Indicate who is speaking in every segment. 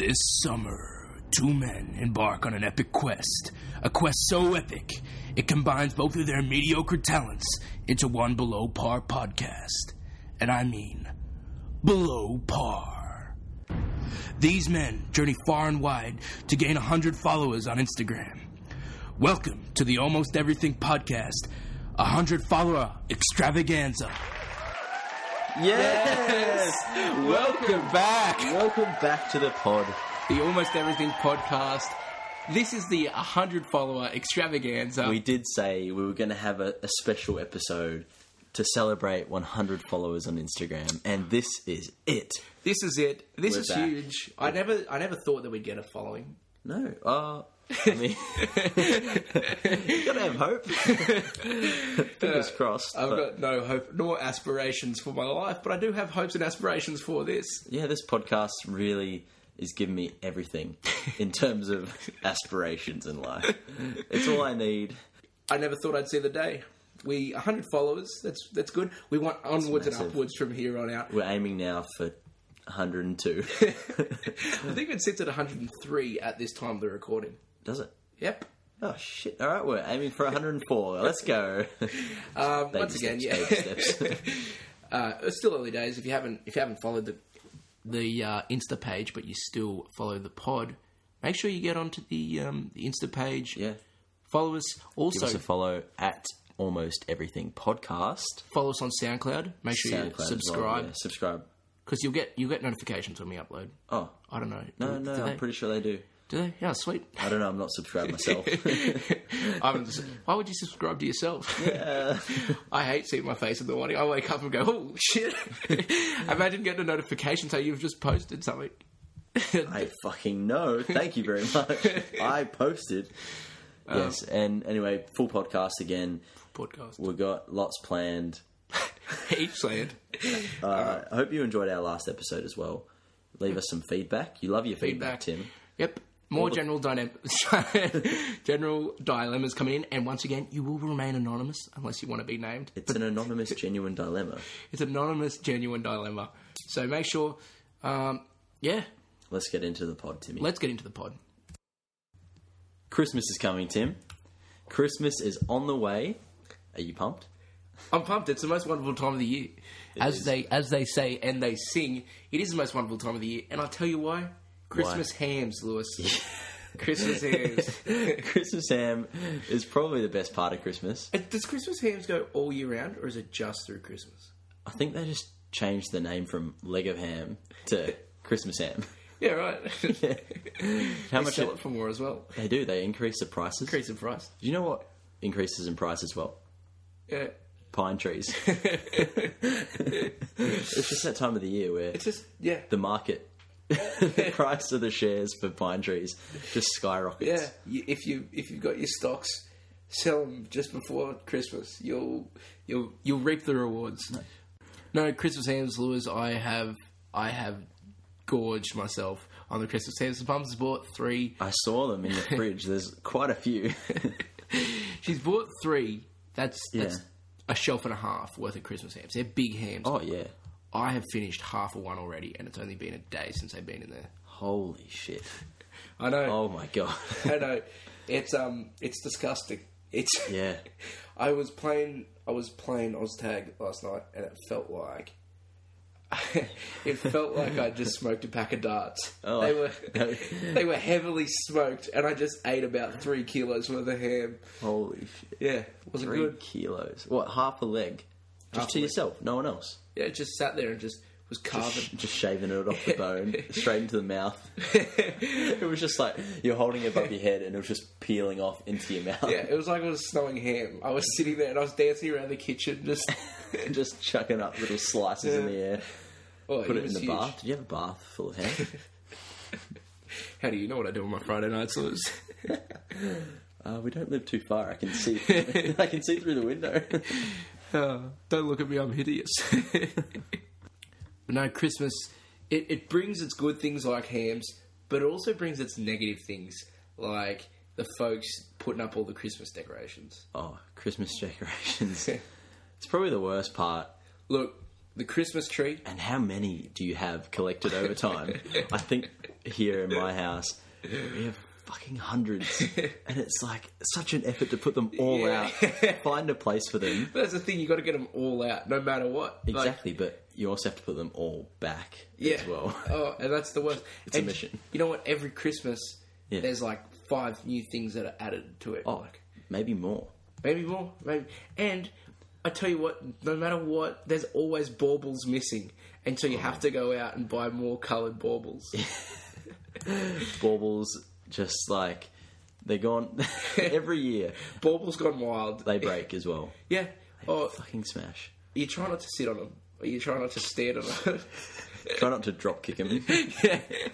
Speaker 1: is summer. Two men embark on an epic quest. A quest so epic, it combines both of their mediocre talents into one below par podcast. And I mean, below par. These men journey far and wide to gain 100 followers on Instagram. Welcome to the Almost Everything Podcast, 100 follower extravaganza.
Speaker 2: Yes!
Speaker 1: Welcome back.
Speaker 2: Welcome back to the pod.
Speaker 1: The Almost Everything Podcast. This is the 100 follower extravaganza.
Speaker 2: We did say we were going to have a, a special episode to celebrate 100 followers on Instagram, and this is it.
Speaker 1: This is it. This
Speaker 2: We're
Speaker 1: is
Speaker 2: back.
Speaker 1: huge. I never, I never thought that we'd get a following.
Speaker 2: No, uh, I mean, you gotta have hope. Fingers crossed.
Speaker 1: I've
Speaker 2: but-
Speaker 1: got no hope nor aspirations for my life, but I do have hopes and aspirations for this.
Speaker 2: yeah, this podcast really is giving me everything in terms of aspirations in life. It's all I need.
Speaker 1: I never thought I'd see the day. We 100 followers. That's that's good. We want onwards and
Speaker 2: massive.
Speaker 1: upwards from here on out.
Speaker 2: We're aiming now for 102.
Speaker 1: I think it sits at 103 at this time of the recording.
Speaker 2: Does it?
Speaker 1: Yep.
Speaker 2: Oh shit! All right, we're aiming for 104. Let's go.
Speaker 1: Um, once
Speaker 2: Baby
Speaker 1: again,
Speaker 2: steps,
Speaker 1: yeah.
Speaker 2: baby steps.
Speaker 1: Uh, it's still early days. If you haven't, if you haven't followed the the uh, Insta page, but you still follow the pod, make sure you get onto the um, the Insta page.
Speaker 2: yeah.
Speaker 1: Follow us. Also,
Speaker 2: Give us a follow at almost everything podcast.
Speaker 1: follow us on SoundCloud. Make sure
Speaker 2: SoundCloud as
Speaker 1: you
Speaker 2: well,
Speaker 1: subscribe
Speaker 2: yeah, subscribe.
Speaker 1: because you'll get you'll get notifications when we upload.
Speaker 2: Oh
Speaker 1: I don't know.
Speaker 2: no,
Speaker 1: do,
Speaker 2: no,
Speaker 1: do they?
Speaker 2: I'm pretty sure they do.
Speaker 1: do they? Yeah, sweet.
Speaker 2: I don't know. I'm not subscribed myself.
Speaker 1: I haven't s- why would you subscribe to yourself? I hate seeing my face in the morning. I wake up and go, oh shit! Imagine getting a notification saying you've just posted something.
Speaker 2: I fucking know. Thank you very much. I posted. Yes, and anyway, full podcast again.
Speaker 1: Podcast.
Speaker 2: We've got lots planned.
Speaker 1: Heaps land.
Speaker 2: Uh, I hope you enjoyed our last episode as well. Leave us some feedback. You love your feedback,
Speaker 1: Feedback.
Speaker 2: Tim.
Speaker 1: Yep. More general dynam- general dilemmas coming in, and once again, you will remain anonymous unless you want to be named.
Speaker 2: It's an anonymous, genuine dilemma.
Speaker 1: It's anonymous, genuine dilemma. So make sure, um, yeah,
Speaker 2: Let's get into the pod, Timmy.
Speaker 1: let's get into the pod.
Speaker 2: Christmas is coming, Tim. Christmas is on the way. Are you pumped?
Speaker 1: I'm pumped. It's the most wonderful time of the year, as
Speaker 2: is.
Speaker 1: they as they say and they sing. It is the most wonderful time of the year, and I'll tell you why. Christmas hams, Lewis. Christmas hams.
Speaker 2: Christmas ham is probably the best part of Christmas.
Speaker 1: Does Christmas hams go all year round, or is it just through Christmas?
Speaker 2: I think they just changed the name from leg of ham to Christmas ham.
Speaker 1: Yeah, right.
Speaker 2: How
Speaker 1: they
Speaker 2: much
Speaker 1: sell it for more as well.
Speaker 2: they do? They increase the prices.
Speaker 1: Increase in price.
Speaker 2: Do you know what increases in price as well?
Speaker 1: Yeah,
Speaker 2: Pine trees. it's just that time of the year where
Speaker 1: it's just yeah,
Speaker 2: the market, the price of the shares for pine trees just skyrockets.
Speaker 1: yeah. You, if you if you've got your stocks, sell them just before Christmas. You'll you'll you'll reap the rewards. No, Christmas hams, Lewis. I have I have gorged myself on the Christmas hams. The mum's bought three.
Speaker 2: I saw them in the fridge. There's quite a few.
Speaker 1: She's bought three. That's that's
Speaker 2: Yeah.
Speaker 1: a shelf and a half worth of Christmas hams. They're big hams.
Speaker 2: oh yeah.
Speaker 1: I have finished half of one already, and it's only been a day since they've been in there.
Speaker 2: Holy shit.
Speaker 1: I know.
Speaker 2: Oh my god.
Speaker 1: I know. It's um, it's disgusting. It's
Speaker 2: Yeah.
Speaker 1: I was playing, I was playing OzTag last night, and it felt like, it felt like I just smoked a pack of darts.
Speaker 2: Oh.
Speaker 1: They were, they were heavily smoked, and I just ate about three kilos worth of ham.
Speaker 2: Holy shit.
Speaker 1: Yeah, wasn't
Speaker 2: Three
Speaker 1: good.
Speaker 2: kilos. What? Half a leg. Just
Speaker 1: Half
Speaker 2: to
Speaker 1: a leg.
Speaker 2: yourself. No one else.
Speaker 1: Yeah, it just sat there and just was carving.
Speaker 2: Sh- Just shaving it off the bone, straight into the mouth. it was just like you're holding it above your head, and it was just peeling off into your mouth.
Speaker 1: yeah, it was like I was snowing ham. I was sitting there and I was dancing around the kitchen, just
Speaker 2: just chucking up little slices in
Speaker 1: Yeah.
Speaker 2: the air.
Speaker 1: oh,
Speaker 2: Put it, in
Speaker 1: was
Speaker 2: the
Speaker 1: huge.
Speaker 2: bath. Do you have a bath full of ham?
Speaker 1: How do you know what I do on my Friday nights? Lewis?
Speaker 2: uh, we don't live too far. I can see. I can see through the window.
Speaker 1: Uh, don't look at me, I'm hideous. but no, Christmas, it, it brings its good things like hams, but it also brings its negative things like the folks putting up all the Christmas decorations.
Speaker 2: oh, Christmas decorations. It's probably the worst part.
Speaker 1: Look, The Christmas tree.
Speaker 2: And how many do you have collected over time? I think here in my house, we have fucking hundreds. And it's like such an effort to put them all
Speaker 1: Yeah.
Speaker 2: out, find a place for them.
Speaker 1: That's the thing. You got to get them all out, no matter what. Like,
Speaker 2: Exactly, but you also have to put them all back
Speaker 1: yeah.
Speaker 2: as well.
Speaker 1: Oh, and that's the worst.
Speaker 2: It's a
Speaker 1: And
Speaker 2: mission.
Speaker 1: You know what? Every Christmas,
Speaker 2: Yeah.
Speaker 1: there's like five new things that are added to it.
Speaker 2: Oh,
Speaker 1: Like,
Speaker 2: maybe more.
Speaker 1: Maybe more. Maybe. And I tell you what, no matter what, there's always baubles missing. And so you have to go out and buy more coloured baubles.
Speaker 2: Baubles, just like they're gone every year.
Speaker 1: baubles gone wild.
Speaker 2: They break as well.
Speaker 1: Yeah. Or
Speaker 2: Fucking smash.
Speaker 1: you try not to sit on them. Or you try not to stand on them.
Speaker 2: Try not to drop kick them.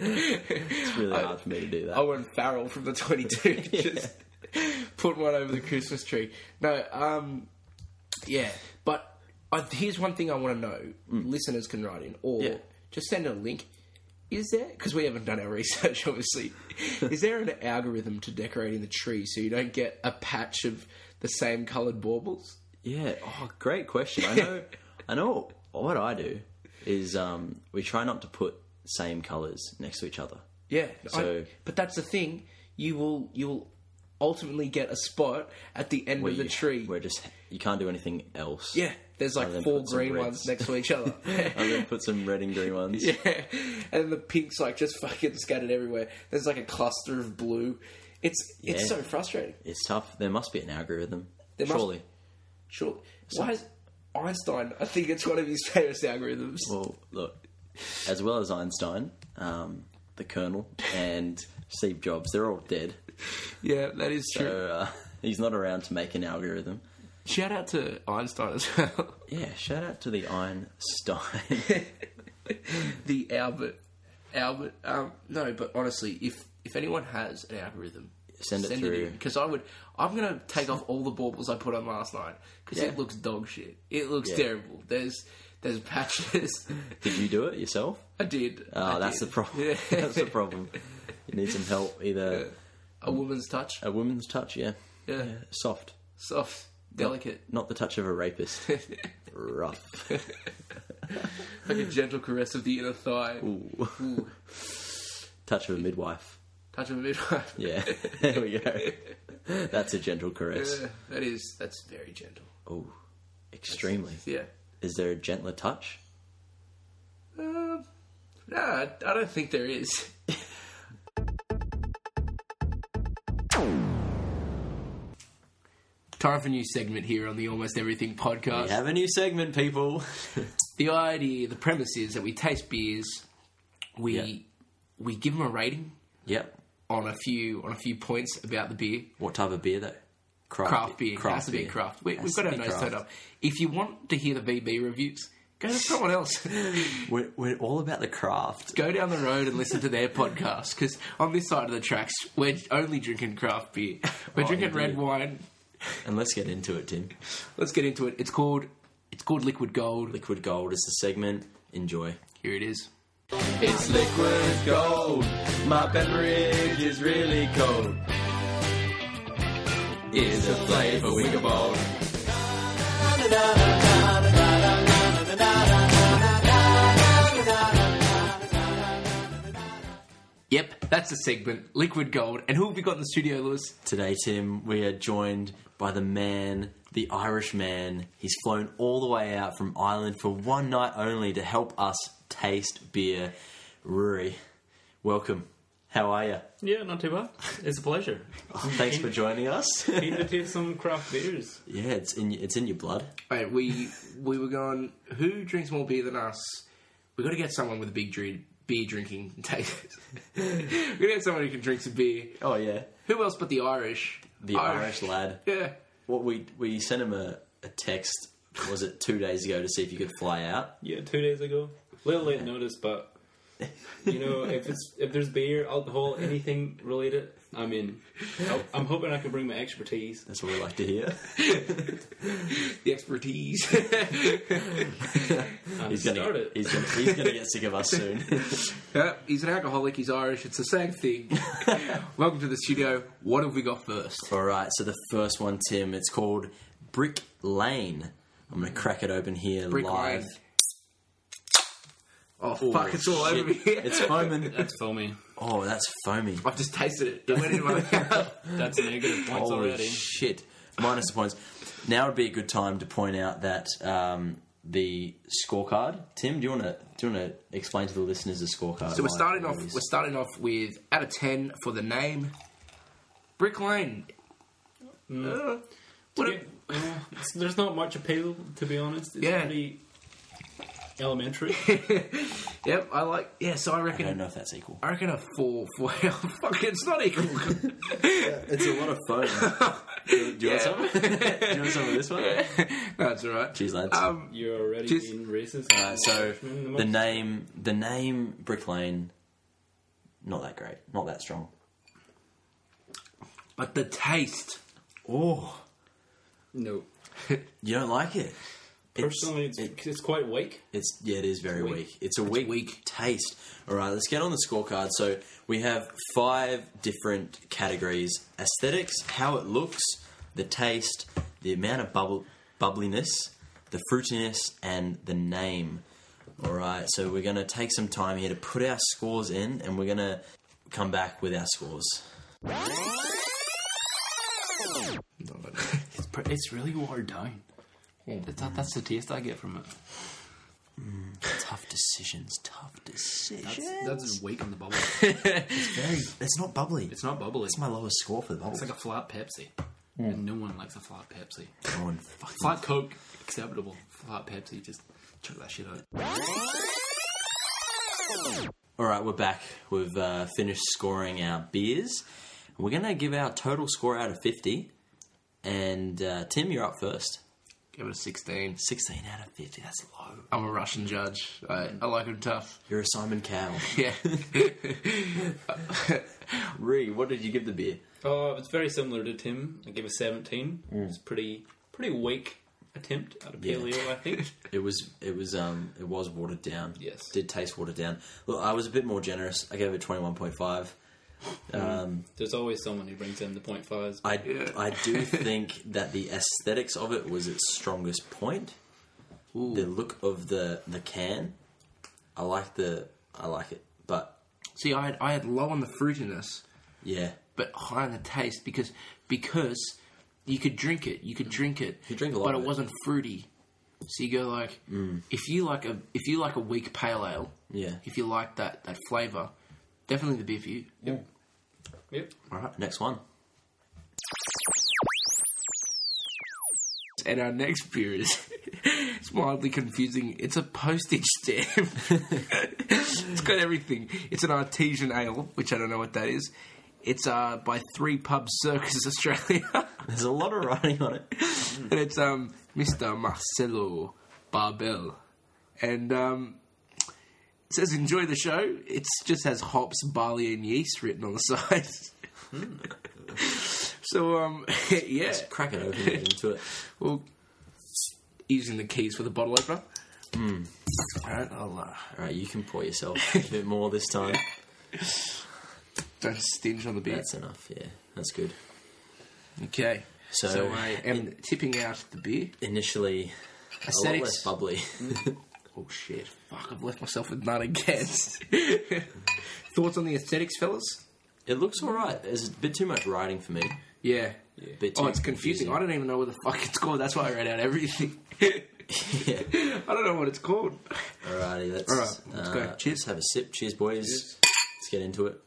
Speaker 2: It's really hard for me to do that.
Speaker 1: Owen Farrell from the 22 just put one over the Christmas tree. No, um, yeah, but I, here's one thing I want to know. Listeners can write in or
Speaker 2: Mm. Yeah.
Speaker 1: just send a link. Is there, because we haven't done our research obviously, is there an algorithm to decorating the tree so you don't get a patch of the same coloured baubles?
Speaker 2: Yeah. Oh, great question. I know. I know. What I do is um, we try not to put same colours next to each other.
Speaker 1: Yeah, I-
Speaker 2: So-
Speaker 1: but that's the thing. You will, you will ultimately get a spot at the end of the
Speaker 2: You-
Speaker 1: tree.
Speaker 2: We're just you can't do anything else.
Speaker 1: Yeah, there's like
Speaker 2: Oh, then
Speaker 1: four
Speaker 2: put some
Speaker 1: green
Speaker 2: reds.
Speaker 1: ones next to each other.
Speaker 2: I'm gonna put some red and green ones.
Speaker 1: yeah, and the pink's like just fucking scattered everywhere. There's like a cluster of blue. It's it's
Speaker 2: Yeah.
Speaker 1: so frustrating.
Speaker 2: It's tough. There must be an algorithm.
Speaker 1: There must-
Speaker 2: Surely.
Speaker 1: Sure, why is Einstein? I think it's one of his famous algorithms.
Speaker 2: Well, look. As well as Einstein, um, the Colonel, and Steve Jobs, they're all dead.
Speaker 1: yeah, that is true.
Speaker 2: So, uh, he's not around to make an algorithm.
Speaker 1: Shout out to Einstein as well.
Speaker 2: Yeah. Shout out to the Einstein.
Speaker 1: the Albert, Albert. Um, no, but honestly, if if anyone has an algorithm.
Speaker 2: Send it through.
Speaker 1: because I would. I'm gonna take off all the baubles I put on last night because
Speaker 2: Yeah.
Speaker 1: it looks dog shit. It looks
Speaker 2: Yeah.
Speaker 1: terrible. There's there's patches.
Speaker 2: Did you do it yourself?
Speaker 1: I did.
Speaker 2: Oh,
Speaker 1: I
Speaker 2: that's
Speaker 1: did.
Speaker 2: the problem. that's the problem. You need some help. Either
Speaker 1: A woman's touch.
Speaker 2: a woman's touch, Oh, yeah,
Speaker 1: Yeah.
Speaker 2: soft,
Speaker 1: Soft, delicate,
Speaker 2: not the touch of a rapist. Rough.
Speaker 1: like a gentle caress of the inner thigh.
Speaker 2: Ooh.
Speaker 1: Ooh,
Speaker 2: touch of a midwife.
Speaker 1: touch of a midwife.
Speaker 2: Yeah, there we go. That's a gentle caress.
Speaker 1: Yeah, that is. That's very gentle.
Speaker 2: Oh, extremely.
Speaker 1: Yeah.
Speaker 2: Is there a gentler touch?
Speaker 1: Um, nah, I I don't think there is. Time for a new segment here on the Almost Everything podcast.
Speaker 2: We have a new segment, people.
Speaker 1: the idea, the premise is that we taste beers, we
Speaker 2: Yeah.
Speaker 1: we give them a rating
Speaker 2: yep.
Speaker 1: on a few on a few points about the beer,
Speaker 2: What type of beer though?
Speaker 1: craft beer, has to be craft. We,
Speaker 2: Has
Speaker 1: we've
Speaker 2: to
Speaker 1: got our
Speaker 2: be
Speaker 1: nose
Speaker 2: craft.
Speaker 1: turned up. If you want to hear the VB reviews, go to someone else.
Speaker 2: We're, we're all about the craft.
Speaker 1: go down the road and listen to their podcast because on this side of the tracks, we're only drinking craft beer. We're
Speaker 2: Oh,
Speaker 1: drinking red
Speaker 2: indeed.
Speaker 1: wine.
Speaker 2: And let's get into it, Tim.
Speaker 1: Let's get into it. It's called it's called Liquid Gold.
Speaker 2: Liquid Gold is the segment. Enjoy.
Speaker 1: Here it is.
Speaker 2: It's liquid gold. My beverage is really cold. Is the flavour winkerbold.
Speaker 1: Yep, that's the segment, Liquid Gold. And who have we got in the studio, Lewis?
Speaker 2: Today, Tim, we are joined by the man, the Irish man. He's flown all the way out from Ireland for one night only to help us taste beer. Rory, welcome. How are you?
Speaker 3: Yeah, not too bad. It's a pleasure.
Speaker 2: Thanks for joining us.
Speaker 3: Keen to taste some craft beers.
Speaker 2: yeah, it's in it's in your blood.
Speaker 1: Mate, we we were going. Who drinks more beer than us? We got to get someone with a big dr- beer drinking taste. we got to get someone who can drink some beer.
Speaker 2: Oh yeah,
Speaker 1: Who else but the Irish?
Speaker 2: the Irish lad.
Speaker 1: Yeah.
Speaker 2: What we we sent him a, a text. Was it two days ago to see if you could fly out?
Speaker 3: Yeah, two days ago. Little late notice, but you know, if it's if there's beer, alcohol, anything related, I'm in. I- I'm hoping I can bring my expertise.
Speaker 2: That's what we like to hear.
Speaker 1: The expertise.
Speaker 3: And
Speaker 2: He's gonna
Speaker 3: start it.
Speaker 2: he's gonna, he's gonna get sick of us soon.
Speaker 1: yeah, he's an alcoholic, he's Irish, it's the same thing. Welcome to the studio. What have we got first?
Speaker 2: All right, so the first one, Tim. It's called Brick Lane. I'm gonna crack it open here
Speaker 1: Brick
Speaker 2: live.
Speaker 1: Lane. Oh, fuck, it's all
Speaker 2: shit.
Speaker 1: over me.
Speaker 2: It's foaming.
Speaker 3: That's foamy.
Speaker 2: Oh, that's foamy.
Speaker 1: I've just tasted it. It went in my mouth.
Speaker 3: That's negative points
Speaker 2: Holy
Speaker 3: already.
Speaker 2: shit. Minus the points. Now would be a good time to point out that um, the scorecard. Tim, do you want to do you want to explain to the listeners the scorecard?
Speaker 1: So we're
Speaker 2: Why
Speaker 1: starting
Speaker 2: it
Speaker 1: off.
Speaker 2: is?
Speaker 1: We're starting off with out of ten for the name, Brick Lane. Uh, what
Speaker 3: Yeah,
Speaker 1: a-
Speaker 3: yeah. It's- there's not much appeal, to be honest. It's
Speaker 1: Yeah.
Speaker 3: pretty elementary.
Speaker 1: yep, I like. Yeah, so I
Speaker 2: I don't
Speaker 1: reckon.
Speaker 2: know if that's equal.
Speaker 1: I reckon a four for. Fuck, it's not equal.
Speaker 2: It's a lot of foam. do, you
Speaker 1: Yeah.
Speaker 2: want some? do you want some of this one?
Speaker 1: That's all right.
Speaker 2: Cheers, lads.
Speaker 1: Um,
Speaker 3: You're already
Speaker 1: Just-
Speaker 3: being racist.
Speaker 2: Uh, so
Speaker 3: Mm,
Speaker 2: the name, the name Brick Lane, not that great, not that strong.
Speaker 1: but the taste.
Speaker 2: Oh,
Speaker 3: no.
Speaker 2: you don't like it. It's-
Speaker 3: Personally, it's,
Speaker 2: it-
Speaker 3: it's quite weak.
Speaker 2: It's yeah, it is very weak. It's a weak,
Speaker 1: weak.
Speaker 2: taste. All right, let's get on the scorecard. So we have five different categories: aesthetics, how it looks, the taste, the amount of bubble bubbliness, the fruitiness, and the name. All right, so we're going to take some time here to put our scores in, and we're going to come back with our scores.
Speaker 3: It's, pr- it's really watered down. That, that's the taste I get from it.
Speaker 2: Tough decisions, tough decisions.
Speaker 1: That's weak on the bubble.
Speaker 2: very. It's not bubbly. It's,
Speaker 1: It's not bubbly. It's
Speaker 2: my lowest score for the bubbles.
Speaker 1: like a flat Pepsi. And no one likes a flat Pepsi.
Speaker 2: Oh, and fucking-
Speaker 1: Flat Coke, acceptable. Flat Pepsi, just chuck that shit out.
Speaker 2: All right, we're back. We've uh, finished scoring our beers. We're going to give our total score out of 50. And uh, Tim, you're up first.
Speaker 1: Give it a 16.
Speaker 2: 16 out of 50, that's low.
Speaker 1: I'm a Russian judge. I, I like him tough.
Speaker 2: You're a Simon Cowell.
Speaker 1: Yeah.
Speaker 2: Ree, what did you give the beer?
Speaker 3: Uh, it's very similar to Tim. I gave a 17. It's pretty pretty weak attempt at a
Speaker 2: Yeah.
Speaker 3: paleo, I think.
Speaker 2: It was it was um it was watered down.
Speaker 3: Yes.
Speaker 2: Did taste watered down. Look, I was a bit more generous. I gave it 21.5.
Speaker 3: There's always someone who brings in the point fives.
Speaker 2: I
Speaker 1: Yeah.
Speaker 2: I do think that the aesthetics of it was its strongest point. The look of the the can. I like the I like it, but
Speaker 1: See, I had, I had low on the fruitiness,
Speaker 2: yeah.
Speaker 1: but high on the taste because because you could drink it. You could drink it.
Speaker 2: You drink a lot
Speaker 1: but
Speaker 2: of
Speaker 1: it
Speaker 2: it. Mm.
Speaker 1: wasn't fruity. So you go like, if you like a if you like a weak pale ale,
Speaker 2: Yeah.
Speaker 1: If you like that that flavour, definitely the beer for you.
Speaker 3: yep.
Speaker 2: All right, next one.
Speaker 1: And our next beer is it's mildly confusing. It's a postage stamp. it's got everything. It's an artesian ale, which I don't know what that is. It's uh, by Three Pub Circus Australia,
Speaker 2: There's a lot of writing on it.
Speaker 1: and it's um, Mr. Marcelo Barbel, and um, it says enjoy the show. It just has hops, barley, and yeast written on the side. so um, yeah,
Speaker 2: Crack it open and get into it.
Speaker 1: Well, using the keys for the bottle opener. Hmm. All right, I'll uh,
Speaker 2: All right, you can pour yourself a bit more this time.
Speaker 1: don't stinge on the beer.
Speaker 2: That's enough. Yeah, that's good.
Speaker 1: Okay,
Speaker 2: So,
Speaker 1: so, I am tipping out the beer.
Speaker 2: Initially, a lot less
Speaker 1: Aesthetics.
Speaker 2: bubbly.
Speaker 1: Oh shit! Fuck, I've left myself with none again. Thoughts on the aesthetics, fellas?
Speaker 2: it looks all right. There's a bit too much writing for me.
Speaker 1: Yeah.
Speaker 2: Bit too
Speaker 1: Oh, it's confusing. I don't even know what the fuck it's called. That's why I read out everything.
Speaker 2: confusing. yeah.
Speaker 1: I don't know what it's called.
Speaker 2: Alrighty, let's,
Speaker 1: All right, let's
Speaker 2: uh,
Speaker 1: go.
Speaker 2: Cheers. Have a sip. Cheers, boys. Let's get into it.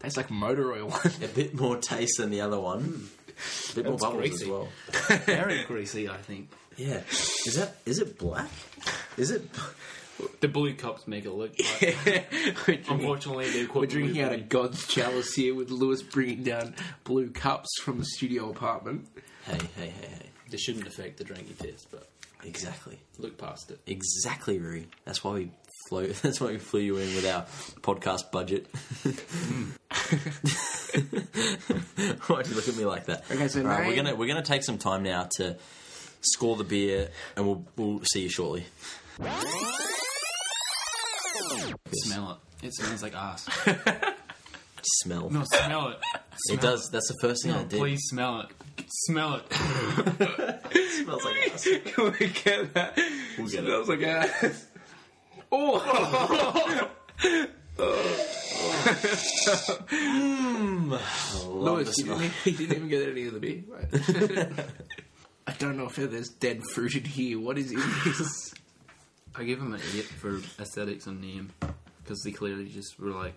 Speaker 1: Tastes like motor oil.
Speaker 2: A bit more taste than the other one. A bit more
Speaker 3: That's
Speaker 2: bubbles
Speaker 3: greasy.
Speaker 2: as well.
Speaker 3: Very greasy, I think.
Speaker 2: Yeah. Is that? Is it black? Is it?
Speaker 3: The blue cups make it look like
Speaker 1: We're drinking-
Speaker 3: Unfortunately, they're
Speaker 1: We're drinking out of God's chalice here with Lewis bringing down blue cups from the studio apartment.
Speaker 2: Hey, hey, hey, hey.
Speaker 3: They shouldn't affect the drinking taste, but
Speaker 2: Exactly.
Speaker 3: look past it.
Speaker 2: Exactly, Rui. That's why we flew. That's why we flew you in with our podcast budget. Why'd you look at me like that?
Speaker 1: Okay, so
Speaker 2: Alright, we're
Speaker 1: name-
Speaker 2: gonna we're gonna take some time now to score the beer, and we'll we'll see you shortly.
Speaker 3: Smell it. It smells like ass.
Speaker 2: Smell.
Speaker 4: No, smell it.
Speaker 2: it does. That's the first thing I
Speaker 4: No,
Speaker 2: did.
Speaker 4: please smell it. Smell it.
Speaker 2: It smells like ass.
Speaker 1: Can we get that?
Speaker 2: We'll get
Speaker 1: Smells like ass. Oh, Hmm.
Speaker 2: I love
Speaker 1: Lewis,
Speaker 2: the
Speaker 1: he
Speaker 2: smell.
Speaker 1: didn't, he didn't even get any of the beer. Right. I don't know if there's dead fruit in here. What is in this?
Speaker 4: I give him an eight for aesthetics and name because they clearly just were like,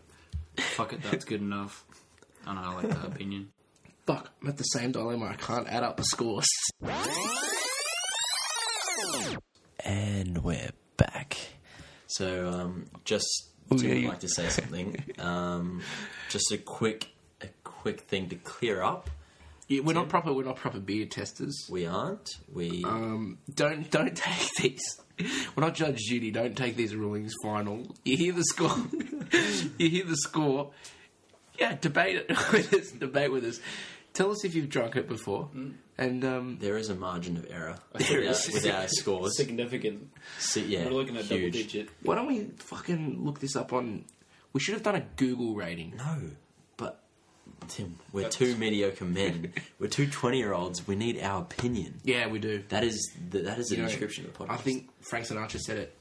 Speaker 4: "Fuck it, that's good enough." And I like that opinion.
Speaker 1: Fuck, I'm at the same dilemma. I can't add up the scores.
Speaker 2: And we're back. So, um, just
Speaker 1: Oh, yeah,
Speaker 2: would
Speaker 1: you-
Speaker 2: like to say something. um, just a quick, a quick thing to clear up.
Speaker 1: Yeah, we're not proper. We're not proper beer testers.
Speaker 2: We aren't. We
Speaker 1: Um, don't don't take these. We're not Judge Judy. Don't take these rulings final. You hear the score. you hear the score. Yeah, debate it with us. Debate with us. Tell us if you've drunk it before.
Speaker 2: Mm.
Speaker 1: And um,
Speaker 2: there is a margin of error
Speaker 3: There
Speaker 2: without,
Speaker 3: is.
Speaker 2: with our scores.
Speaker 3: Significant.
Speaker 2: So, yeah,
Speaker 3: We're looking at
Speaker 2: huge.
Speaker 3: double digit.
Speaker 1: why don't we fucking look this up on? We should have done a Google rating.
Speaker 2: No, but Tim, we're two mediocre men. we're two 20 year olds. We need our opinion.
Speaker 1: Yeah, we do.
Speaker 2: That is the, that is the
Speaker 1: You know,
Speaker 2: description of the podcast. Mm.
Speaker 1: I think Frank Sinatra said it.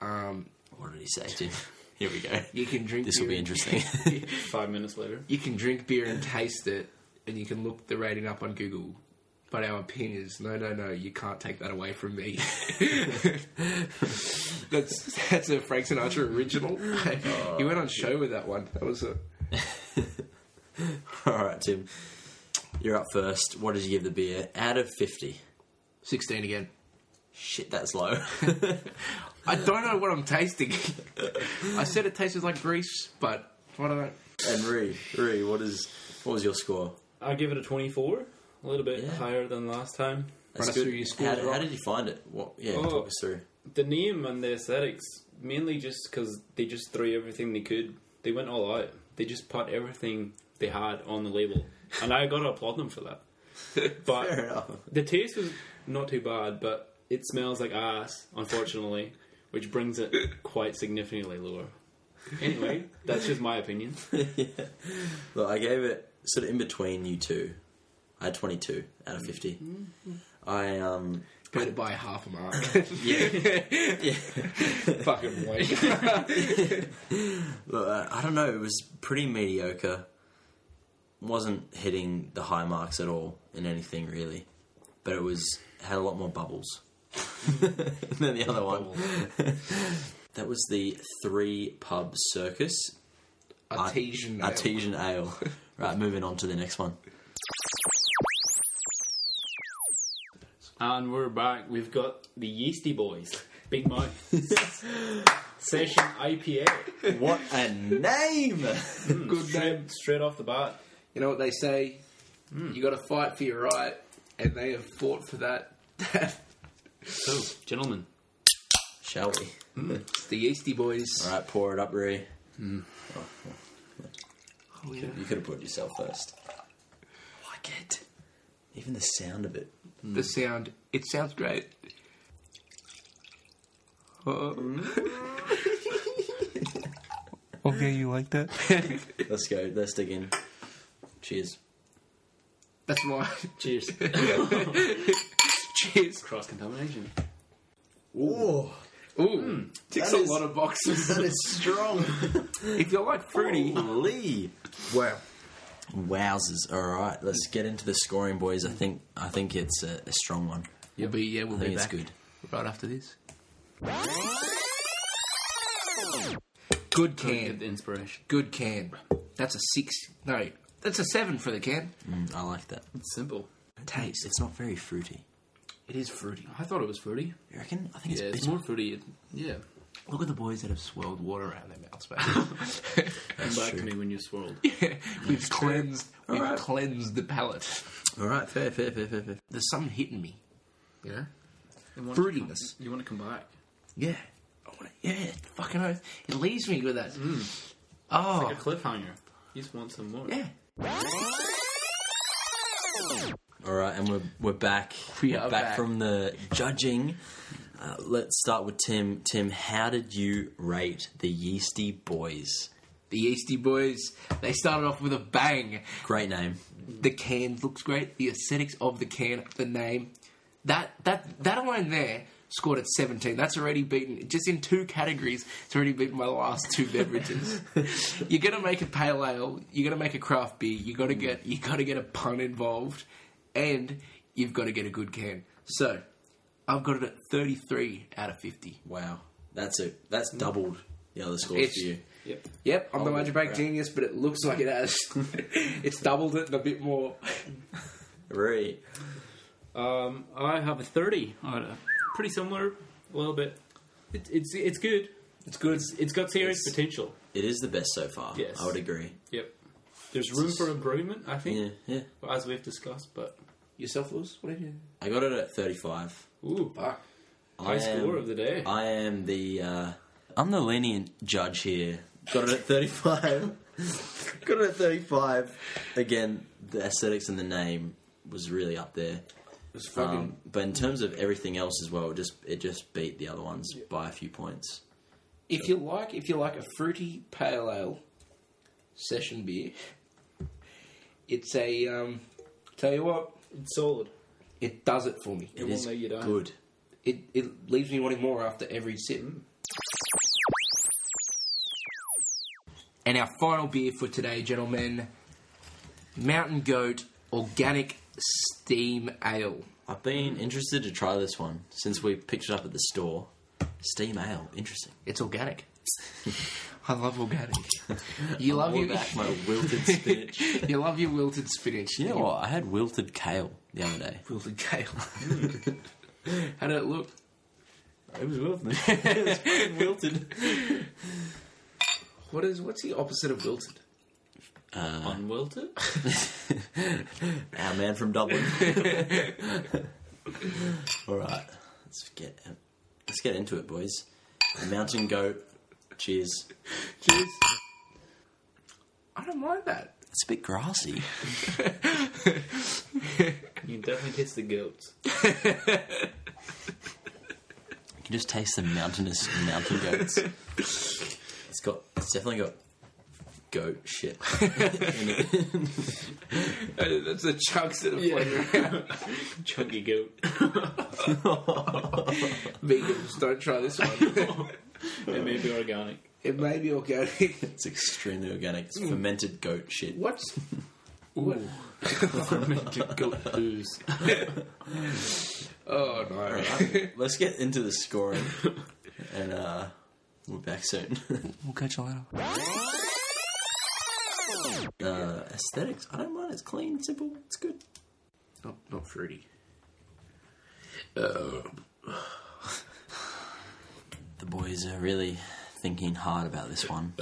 Speaker 1: Um,
Speaker 2: What did he say, Tim? Here we go.
Speaker 1: you can drink.
Speaker 2: This will
Speaker 1: beer
Speaker 2: be
Speaker 1: and-
Speaker 2: interesting.
Speaker 3: Five minutes later.
Speaker 1: you can drink beer and taste it, and you can look the rating up on Google. But our opinion is no, no, no. You can't take that away from me. that's that's a Frank Sinatra original. he went on show with that one. That was a
Speaker 2: All right, Tim. You're up first. What did you give the beer? Out of 50.
Speaker 1: sixteen again.
Speaker 2: Shit, that's low.
Speaker 1: I don't know what I'm tasting. I said it tasted like grease, but what do I?
Speaker 2: and Ree, Ree, what is what was your score?
Speaker 3: I give it a 24, a little bit
Speaker 2: Yeah.
Speaker 3: higher than last time.
Speaker 2: That's
Speaker 1: Run us
Speaker 2: good.
Speaker 1: through your scores,
Speaker 2: how, how
Speaker 1: Rob.
Speaker 2: did you find it? What? Yeah,
Speaker 3: Oh.
Speaker 2: talk us through.
Speaker 3: The name and the aesthetics, mainly just because they just threw everything they could. They went all out. They just put everything they had on the label. And I got to applaud them for that.
Speaker 2: Fair
Speaker 3: But
Speaker 2: enough.
Speaker 3: the taste was not too bad, but it smells like ass, unfortunately, which brings it quite significantly lower. Anyway, that's just my opinion.
Speaker 2: Look, I gave it sort of in between you two. I had 22 out of 50.
Speaker 1: Mm-hmm.
Speaker 2: I um
Speaker 1: Got it by half a mark.
Speaker 2: yeah.
Speaker 1: Fucking way.
Speaker 2: Look, uh, I- I don't know. It was pretty mediocre. wasn't hitting the high marks at all in anything really, but it was had a lot more bubbles than the other one. that was the three pub circus
Speaker 1: Artesian. ale.
Speaker 2: artesian ale. Right, moving on to the next one.
Speaker 3: And we're back. We've got the Yeasty Boys, Big Mouth Session IPA.
Speaker 2: What a name!
Speaker 1: Good name.
Speaker 3: Hmm,
Speaker 1: Hmm.
Speaker 3: Straight, straight off the bat,
Speaker 1: You know what they say? You got to fight for your right, and they have fought for that. it's
Speaker 3: so gentlemen,
Speaker 2: Shall we?
Speaker 1: the Yeasty Boys.
Speaker 2: All right, pour it up, Rui.
Speaker 1: Oh, yeah.
Speaker 2: You could have put it yourself first. Like it. Even the sound of it.
Speaker 1: The sound. It sounds great. okay, you like that?
Speaker 2: Let's go. Let's dig in. Cheers.
Speaker 1: That's why.
Speaker 3: cheers.
Speaker 1: Cheers.
Speaker 3: Cross contamination.
Speaker 2: Ooh,
Speaker 1: Ooh, ticks
Speaker 2: That
Speaker 1: a
Speaker 2: is-
Speaker 1: lot of boxes.
Speaker 2: is strong.
Speaker 1: if you like fruity,
Speaker 2: Lee.
Speaker 1: wow.
Speaker 2: Wowzers! All right, let's get into the scoring, boys. I think I think it's a, a strong one.
Speaker 1: We'll be yeah, we'll
Speaker 2: I think
Speaker 1: be
Speaker 2: it's
Speaker 1: back
Speaker 2: good.
Speaker 1: right after this. Good
Speaker 4: Get
Speaker 1: can.
Speaker 4: the inspiration.
Speaker 1: Good can. That's a six. No, that's a seven for the can.
Speaker 2: Mm, I like that.
Speaker 4: It's simple.
Speaker 1: Taste.
Speaker 2: It's not very fruity.
Speaker 1: It is fruity.
Speaker 4: I thought it was fruity.
Speaker 2: You reckon? I think
Speaker 4: Yeah,
Speaker 2: it's
Speaker 4: it's
Speaker 2: bitter.
Speaker 4: more fruity. It, yeah.
Speaker 1: Look at the boys that have swirled water around their mouths, baby.
Speaker 2: That's
Speaker 4: Back
Speaker 2: true.
Speaker 4: to me when you swirled.
Speaker 1: we've cleansed. We've
Speaker 2: Alright.
Speaker 1: cleansed the palate.
Speaker 2: All right, fair, fair, fair, fair, fair.
Speaker 1: There's something hitting me. You know?
Speaker 4: You want
Speaker 1: Fruitiness.
Speaker 4: To come, you want to come back.
Speaker 1: Yeah. I want to, yeah. Fucking oath. It leaves me with that. Oh.
Speaker 3: Like a cliffhanger. You just want some more.
Speaker 1: yeah.
Speaker 2: All right, and we're we're back.
Speaker 1: We
Speaker 2: We're
Speaker 1: are back.
Speaker 2: from the judging. Uh, let's start with Tim. Tim, how did you rate the Yeasty Boys?
Speaker 1: The the Yeasty Boys. They started off with a bang.
Speaker 2: Great name.
Speaker 1: The can looks great. The aesthetics of the can, the name, that that that alone there scored at 17. That's already beaten just in two categories. It's already beaten my last two beverages. you're gonna make a pale ale. You're gonna make a craft beer. You gotta get you gotta get a pun involved, and you've got to get a good can. So. I've got it at 33 out of 50.
Speaker 2: Wow, that's it. That's
Speaker 3: Mm.
Speaker 2: doubled the other scores
Speaker 1: It's-
Speaker 2: for you.
Speaker 3: Yep.
Speaker 1: Yep, I'm the
Speaker 2: Holy
Speaker 1: major break
Speaker 2: crap.
Speaker 1: genius, but it looks like it has. it's doubled it and a bit more.
Speaker 2: Right.
Speaker 3: Um, I have a thirty. I had a pretty similar, a little bit. It, it's it's good.
Speaker 1: It's good.
Speaker 3: It's, it's got serious
Speaker 2: It's-
Speaker 3: potential.
Speaker 2: It is the best so far.
Speaker 3: Yes.
Speaker 2: I would agree.
Speaker 3: Yep. There's room for improvement, I
Speaker 2: Yeah,
Speaker 3: think,
Speaker 2: yeah.
Speaker 3: as we've discussed. But
Speaker 1: Yourself, Lewis? What have you?
Speaker 2: I got it at 35.
Speaker 3: ooh,
Speaker 1: Fuck.
Speaker 2: I
Speaker 3: high score
Speaker 2: am-
Speaker 3: of the day.
Speaker 2: I am the uh, I'm the lenient judge here. Got it at 35. Got it at 35. Again, the aesthetics and the name was really up there.
Speaker 1: It's fucking.
Speaker 2: Um, but in terms of everything else as well, it just it just beat the other ones by a few points.
Speaker 1: if you like, if you like a fruity pale ale session beer, it's a. Um, tell you what,
Speaker 3: it's solid.
Speaker 1: it does it for me.
Speaker 2: It
Speaker 3: will
Speaker 2: is
Speaker 3: know you don't.
Speaker 2: good.
Speaker 1: It it leaves me wanting more after every sip. And our final beer for today, gentlemen, Mountain Goat Organic Steam Ale.
Speaker 2: I've been interested to try this one since we picked it up at the store. Steam ale, interesting.
Speaker 1: It's organic. I love organic. You love
Speaker 2: All
Speaker 1: your
Speaker 2: back my wilted spinach.
Speaker 1: you love your wilted spinach.
Speaker 2: You know what? I had wilted kale the other day.
Speaker 1: Wilted kale. How did it look?
Speaker 2: It was wilted. it was fucking wilted.
Speaker 1: What is what's the opposite of wilted?
Speaker 3: Unwilted.
Speaker 2: Our man from Dublin. All right, let's get let's get into it, boys. Mountain goat. Cheers.
Speaker 1: Cheers. I don't mind that.
Speaker 2: It's a bit grassy.
Speaker 3: you definitely taste the goats.
Speaker 2: You can just taste the mountainous mountain goats. It's got. It's definitely got goat shit.
Speaker 1: Uh, That's the chunks that are floating around.
Speaker 3: Chunky goat.
Speaker 1: Vegans, don't try this one.
Speaker 3: it may be organic.
Speaker 1: it may be organic.
Speaker 2: It's extremely organic. It's fermented goat shit.
Speaker 1: What's what?
Speaker 3: Fermented goat booze.
Speaker 1: Oh no!
Speaker 2: Alright, let's get into the scoring, and uh, we're back soon.
Speaker 1: We'll catch you later.
Speaker 2: uh, aesthetics, I don't mind. It's clean, simple, it's good.
Speaker 1: Not, not fruity.
Speaker 2: The boys are really thinking hard about this one.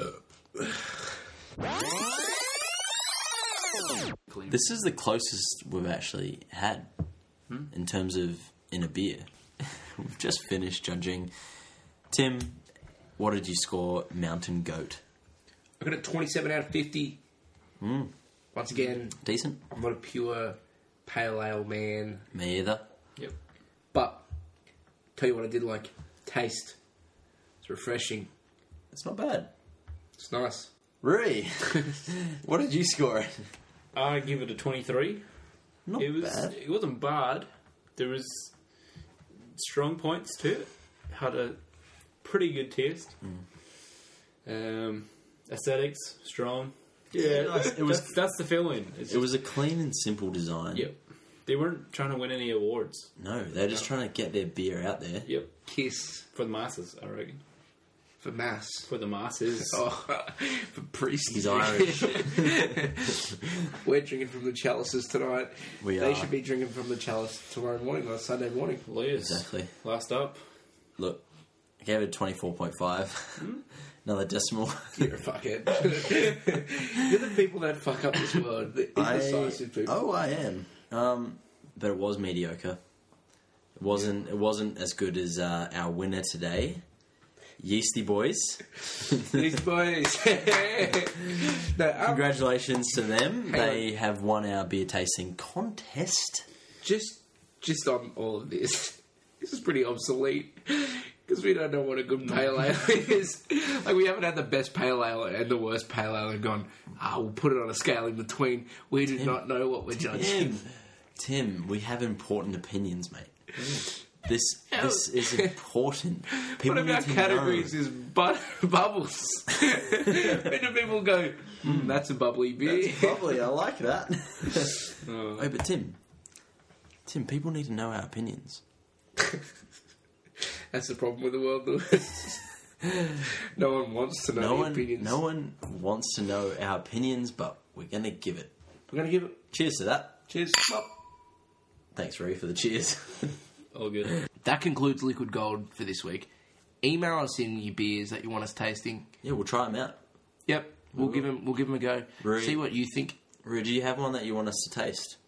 Speaker 2: this is the closest we've actually had in terms of in a beer. we've just finished judging. Tim, what did you score? Mountain Goat.
Speaker 1: I got a twenty-seven out of fifty. Once again,
Speaker 2: Decent?
Speaker 1: I'm not a pure pale ale man,
Speaker 2: Me either.
Speaker 3: Yep.
Speaker 1: but tell you what, I did like taste. It's refreshing.
Speaker 2: It's not bad.
Speaker 1: It's nice.
Speaker 2: Rui, what did you score?
Speaker 3: I give it a twenty-three.
Speaker 2: Not
Speaker 3: It was.
Speaker 2: bad.
Speaker 3: It wasn't bad. There was strong points to it. Had a pretty good taste.
Speaker 2: Hmm.
Speaker 3: Um, aesthetics strong. Yeah,
Speaker 2: nice.
Speaker 3: it was. That's, that's the feeling. It's
Speaker 2: It was a clean and simple design.
Speaker 3: Yep. They weren't trying to win any awards.
Speaker 2: No, they're just trying to get their beer out there.
Speaker 3: Yep.
Speaker 1: Kiss
Speaker 3: For the masses, I reckon.
Speaker 1: for mass.
Speaker 3: For the masses.
Speaker 1: Oh, for priest.
Speaker 2: He's Irish.
Speaker 1: We're drinking from the chalices tonight.
Speaker 2: We
Speaker 1: they
Speaker 2: are.
Speaker 1: should be drinking from the chalice tomorrow morning or Sunday morning.
Speaker 3: Lawyers.
Speaker 2: exactly.
Speaker 3: Last up.
Speaker 2: Look, I gave it 24.5. Another decimal.
Speaker 1: Hmm? You're a fuckhead. You're the people that fuck up this world. The indecisive people.
Speaker 2: oh, I am. Um, but it was mediocre. It wasn't. It wasn't as good as uh, our winner today, Yeasty Boys.
Speaker 1: These boys. no, um,
Speaker 2: Congratulations to
Speaker 1: Hang
Speaker 2: them. they have won our beer tasting contest.
Speaker 1: just just on all of this. This is pretty obsolete. because we don't know what a good pale ale is. Like we haven't had the best pale ale and the worst pale ale and gone. Ah, we'll put it on a scale in between. We do not know what we're judging.
Speaker 2: Tim, Tim, we have important opinions, mate.
Speaker 1: Mm.
Speaker 2: This this is important. People
Speaker 1: One of
Speaker 2: need
Speaker 1: our
Speaker 2: to
Speaker 1: categories
Speaker 2: know.
Speaker 1: is bu- bubbles. when do people go?
Speaker 2: Hmm.
Speaker 1: Mm, that's a bubbly beer.
Speaker 2: Probably, I like that. oh, but Tim, Tim, people need to know our opinions.
Speaker 1: That's the problem with the world. Lewis. no one wants to know
Speaker 2: No
Speaker 1: the
Speaker 2: one,
Speaker 1: opinions.
Speaker 2: no one wants to know our opinions, but we're gonna give it.
Speaker 1: We're gonna give it.
Speaker 2: Cheers to that.
Speaker 1: Cheers.
Speaker 2: Thanks, Ree, for the cheers.
Speaker 3: All good.
Speaker 1: That concludes Liquid Gold for this week. Email us in your beers that you want us tasting.
Speaker 2: yeah, we'll try them out.
Speaker 1: Yep, we'll give them. We'll give them a go.
Speaker 2: Right.
Speaker 1: See what you think.
Speaker 2: Ree, do you have one that you want us to taste?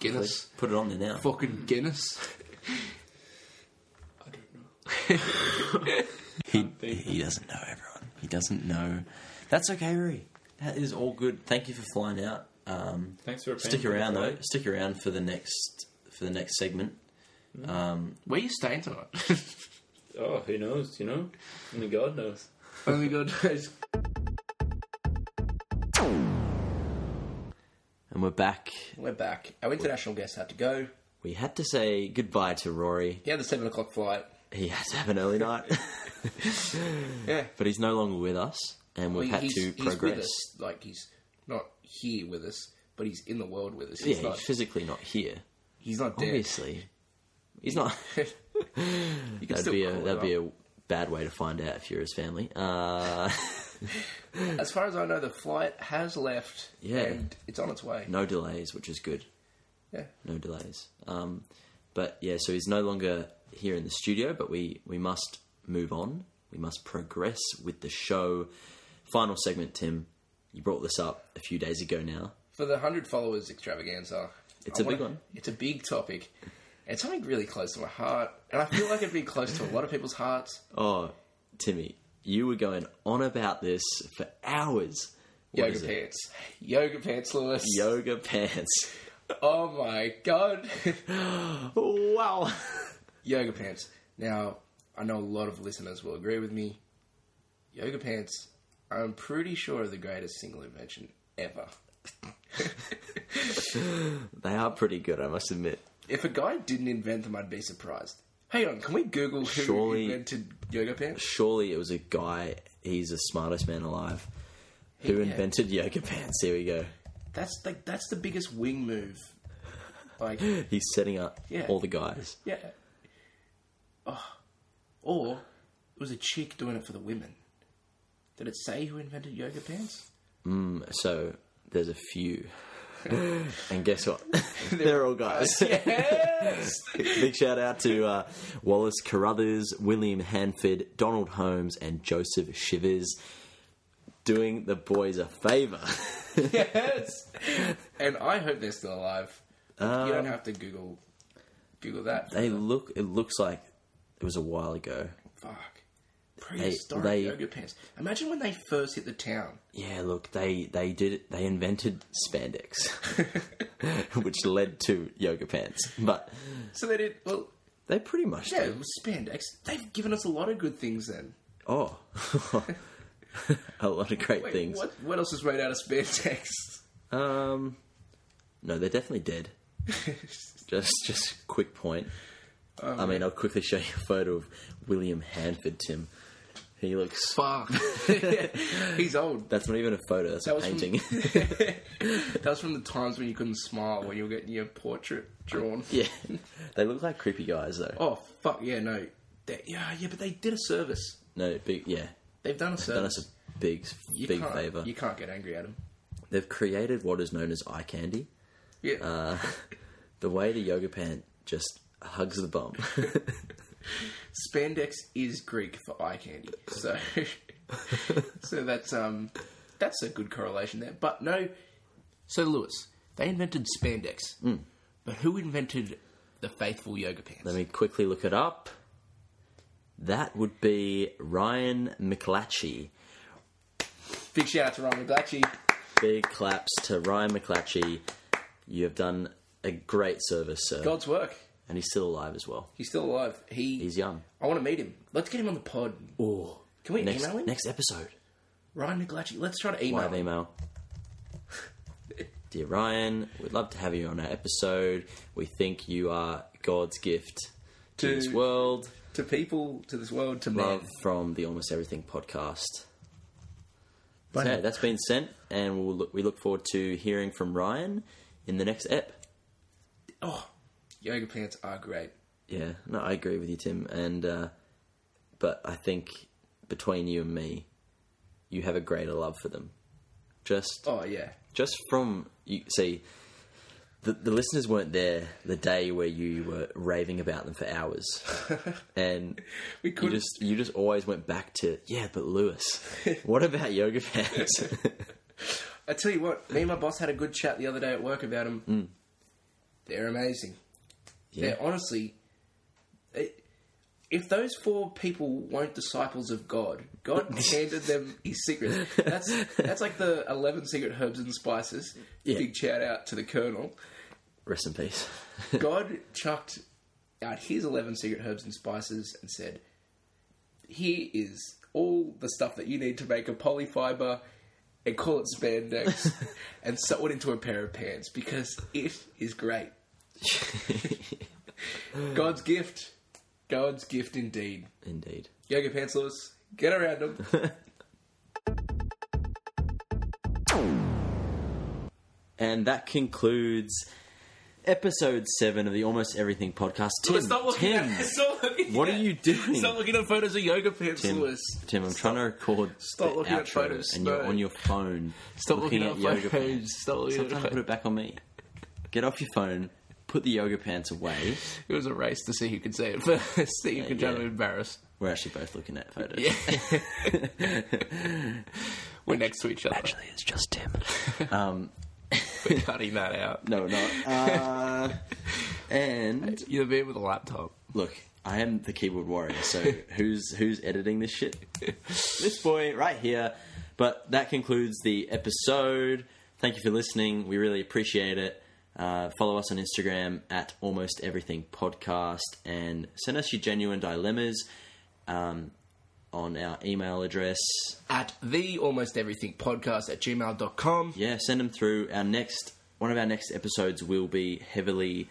Speaker 1: Guinness,
Speaker 2: Put it on there now.
Speaker 1: fucking Guinness.
Speaker 3: I don't know.
Speaker 2: He,
Speaker 3: think.
Speaker 2: he doesn't know everyone. He doesn't know. That's okay, Ree. That is all good. Thank you for flying out. Um,
Speaker 3: Thanks for
Speaker 2: stick
Speaker 3: paying for
Speaker 2: around
Speaker 3: the
Speaker 2: though.
Speaker 3: flight.
Speaker 2: Stick around for the next for the next segment.
Speaker 1: Where you staying tonight?
Speaker 3: Oh, who knows? You know, only God knows.
Speaker 1: Only God knows.
Speaker 2: And we're back.
Speaker 1: We're back. Our international guests had to go.
Speaker 2: We had to say goodbye to Rory.
Speaker 1: He had the seven o'clock flight.
Speaker 2: He had to have an early night,
Speaker 1: Yeah,
Speaker 2: but he's no longer with us, and we've
Speaker 1: He-
Speaker 2: had
Speaker 1: he's,
Speaker 2: to
Speaker 1: he's with
Speaker 2: progress.
Speaker 1: us. Like he's not here with us, but he's in the world with us.
Speaker 2: Yeah,
Speaker 1: He's
Speaker 2: he's
Speaker 1: not.
Speaker 2: physically not here.
Speaker 1: He's not dead.
Speaker 2: Obviously, he's not.
Speaker 1: You can
Speaker 2: that'd
Speaker 1: still
Speaker 2: be a
Speaker 1: call it
Speaker 2: that'd be
Speaker 1: up.
Speaker 2: a bad way to find out if you're his family. Uh,
Speaker 1: As far as I know, the flight has left.
Speaker 2: Yeah.
Speaker 1: and it's on its way.
Speaker 2: no delays, which is good.
Speaker 1: Yeah.
Speaker 2: no delays. Um, but yeah, so he's no longer here in the studio, but we, we must move on. We must progress with the show. Final segment, Tim. You brought this up a few days ago now.
Speaker 1: for the 100 followers extravaganza.
Speaker 2: It's
Speaker 1: a
Speaker 2: a big one.
Speaker 1: It's a big topic. It's something really close to my heart, and I feel like it'd be close to a lot of people's hearts.
Speaker 2: Oh, Timmy, you were going on about this for hours. What
Speaker 1: Yoga
Speaker 2: is it?
Speaker 1: pants. Yoga pants, Lewis.
Speaker 2: Yoga pants.
Speaker 1: oh my god.
Speaker 2: Wow.
Speaker 1: yoga pants. Now, I know a lot of listeners will agree with me. Yoga pants, I'm pretty sure, are the greatest single invention ever.
Speaker 2: They are pretty good, I must admit.
Speaker 1: If a guy didn't invent them, I'd be surprised. Hang on, can we Google who
Speaker 2: Surely-
Speaker 1: invented yoga pants?
Speaker 2: Surely it was a guy, he's the smartest man alive, who
Speaker 1: Yeah.
Speaker 2: invented yoga pants. Here we go.
Speaker 1: That's like that's the biggest wing move. Like
Speaker 2: He's setting up
Speaker 1: Yeah.
Speaker 2: all the guys.
Speaker 1: yeah. Oh. Or it was a chick doing it for the women. Did it say who invented yoga pants?
Speaker 2: So there's a few. and guess what? They're all guys. Big shout out to uh, Wallace Carruthers, William Hanford, Donald Holmes, and Joseph Shivers. Doing the boys a favour.
Speaker 1: yes. and I hope they're still alive. you don't have to Google Google that.
Speaker 2: Um, they look. It looks like it was a while ago.
Speaker 1: Fuck. Prehistoric
Speaker 2: they-
Speaker 1: yoga pants. Imagine when they first hit the town.
Speaker 2: Yeah, look, they they did it. They invented spandex, which led to yoga pants. But
Speaker 1: So they did well
Speaker 2: they pretty much
Speaker 1: yeah,
Speaker 2: did.
Speaker 1: it was spandex. They've given us a lot of good things then.
Speaker 2: Oh, a lot of great
Speaker 1: Wait,
Speaker 2: things.
Speaker 1: what what else is made out of spandex?
Speaker 2: Um, no, they're definitely dead. just, just a quick point.
Speaker 1: Oh,
Speaker 2: I mean, I'll quickly show you a photo of William Hanford. Tim, he looks.
Speaker 1: Fuck. He's old.
Speaker 2: That's not even a photo. That's
Speaker 1: That
Speaker 2: a
Speaker 1: was from-
Speaker 2: painting.
Speaker 1: That was from the times when you couldn't smile when you were getting your portrait drawn.
Speaker 2: yeah, they look like creepy guys though.
Speaker 1: Oh fuck yeah, no. They- yeah, yeah, but they did a service.
Speaker 2: No, big yeah,
Speaker 1: They've done a
Speaker 2: done
Speaker 1: service.
Speaker 2: us a big,
Speaker 1: you
Speaker 2: big
Speaker 1: can't,
Speaker 2: favor.
Speaker 1: You can't get angry at them.
Speaker 2: They've created what is known as eye candy.
Speaker 1: Yeah.
Speaker 2: Uh. The way the yoga pant just hugs the bum.
Speaker 1: Spandex is Greek for eye candy, so so that's um that's a good correlation there. But no, so Lewis, they invented spandex, but who invented the faithful yoga pants?
Speaker 2: Mm. Let me quickly look it up. That would be Ryan McLachie.
Speaker 1: Big shout out to Ryan McGlatchy.
Speaker 2: Big claps to Ryan McClatchy. You have done a great service, sir.
Speaker 1: God's work.
Speaker 2: and he's still alive as well.
Speaker 1: He's still alive. He
Speaker 2: He's young.
Speaker 1: I want to meet him. Let's get him on the pod.
Speaker 2: Oh,
Speaker 1: Can we
Speaker 2: next
Speaker 1: email him?
Speaker 2: next episode.
Speaker 1: Ryan Nicolaci. Let's try to email
Speaker 2: Live
Speaker 1: him.
Speaker 2: email. Dear Ryan, we'd love to have you on our episode. We think you are God's gift to,
Speaker 1: To-
Speaker 2: this world.
Speaker 1: to people, to this world, to
Speaker 2: Love
Speaker 1: man.
Speaker 2: from the Almost Everything podcast.
Speaker 1: Bye.
Speaker 2: So that's been sent, and we'll look, we look forward to hearing from Ryan in the next ep.
Speaker 1: Oh, yoga pants are great.
Speaker 2: Yeah, no, I agree with you, Tim. And uh, but I think between you and me, you have a greater love for them. Just
Speaker 1: Oh yeah.
Speaker 2: just from you see the, the listeners weren't there the day where you were raving about them for hours and
Speaker 1: We
Speaker 2: you
Speaker 1: couldn't-
Speaker 2: just you just always went back to yeah but lewis what about yoga pants
Speaker 1: I tell you what, me and my boss had a good chat the other day at work about them. They're amazing.
Speaker 2: Mm. Yeah.
Speaker 1: They're honestly. It, if those four people weren't disciples of God, God handed them his secret. That's that's like the eleven secret herbs and spices.
Speaker 2: Yeah.
Speaker 1: Big shout out to the Colonel.
Speaker 2: rest in peace
Speaker 1: God chucked out his 11 secret herbs and spices and said, Here is all the stuff that you need to make a polyfiber and call it spandex and sew it into a pair of pants because it is great. God's gift. God's gift indeed.
Speaker 2: indeed
Speaker 1: Yoga pants, Lewis. Get around them.
Speaker 2: and that concludes episode 7 of the almost everything podcast tim
Speaker 1: Stop looking
Speaker 2: tim
Speaker 1: at Stop looking
Speaker 2: what
Speaker 1: at-
Speaker 2: are you doing
Speaker 1: Stop looking at photos of yoga pants,
Speaker 2: Tim,
Speaker 1: Lewis.
Speaker 2: Tim, I'm trying to record
Speaker 1: Stop
Speaker 2: the
Speaker 1: looking at
Speaker 2: outro
Speaker 1: photos,
Speaker 2: and you're
Speaker 1: no.
Speaker 2: on your phone.
Speaker 1: Stop looking at
Speaker 2: yoga
Speaker 1: photos,
Speaker 2: pants.
Speaker 1: stop looking at
Speaker 2: Sometimes put it back on me. Get off your phone. Put the yoga pants away.
Speaker 1: It was a race to see who could say it first. See who could
Speaker 2: yeah.
Speaker 1: try to embarrass.
Speaker 2: We're actually both looking at photos.
Speaker 1: We're next to each other.
Speaker 2: Actually, it's just Tim. um,
Speaker 1: We're cutting that out.
Speaker 2: no, not. Uh, and
Speaker 1: You're the man with a laptop.
Speaker 2: look, I am the keyboard warrior. So who's who's editing this shit? this boy right here. But that concludes the episode. Thank you for listening. We really appreciate it. Uh, follow us on Instagram at Almost Everything Podcast and send us your genuine dilemmas um, on our email address.
Speaker 1: At the almost everything podcast at gmail.com.
Speaker 2: Yeah, send them through. Our next one of our next episodes will be heavily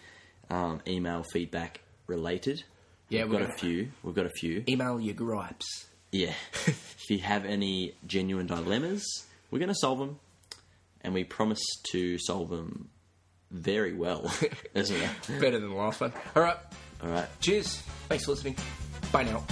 Speaker 2: um, email feedback related.
Speaker 1: Yeah,
Speaker 2: we've
Speaker 1: we're
Speaker 2: got a
Speaker 1: gonna-
Speaker 2: few. We've got a few.
Speaker 1: Email your gripes.
Speaker 2: Yeah. if you have any genuine dilemmas, we're going to solve them. And we promise to solve them very well, isn't it?
Speaker 1: Better than the last one. All right.
Speaker 2: All right.
Speaker 1: Cheers. Thanks for listening. Bye now.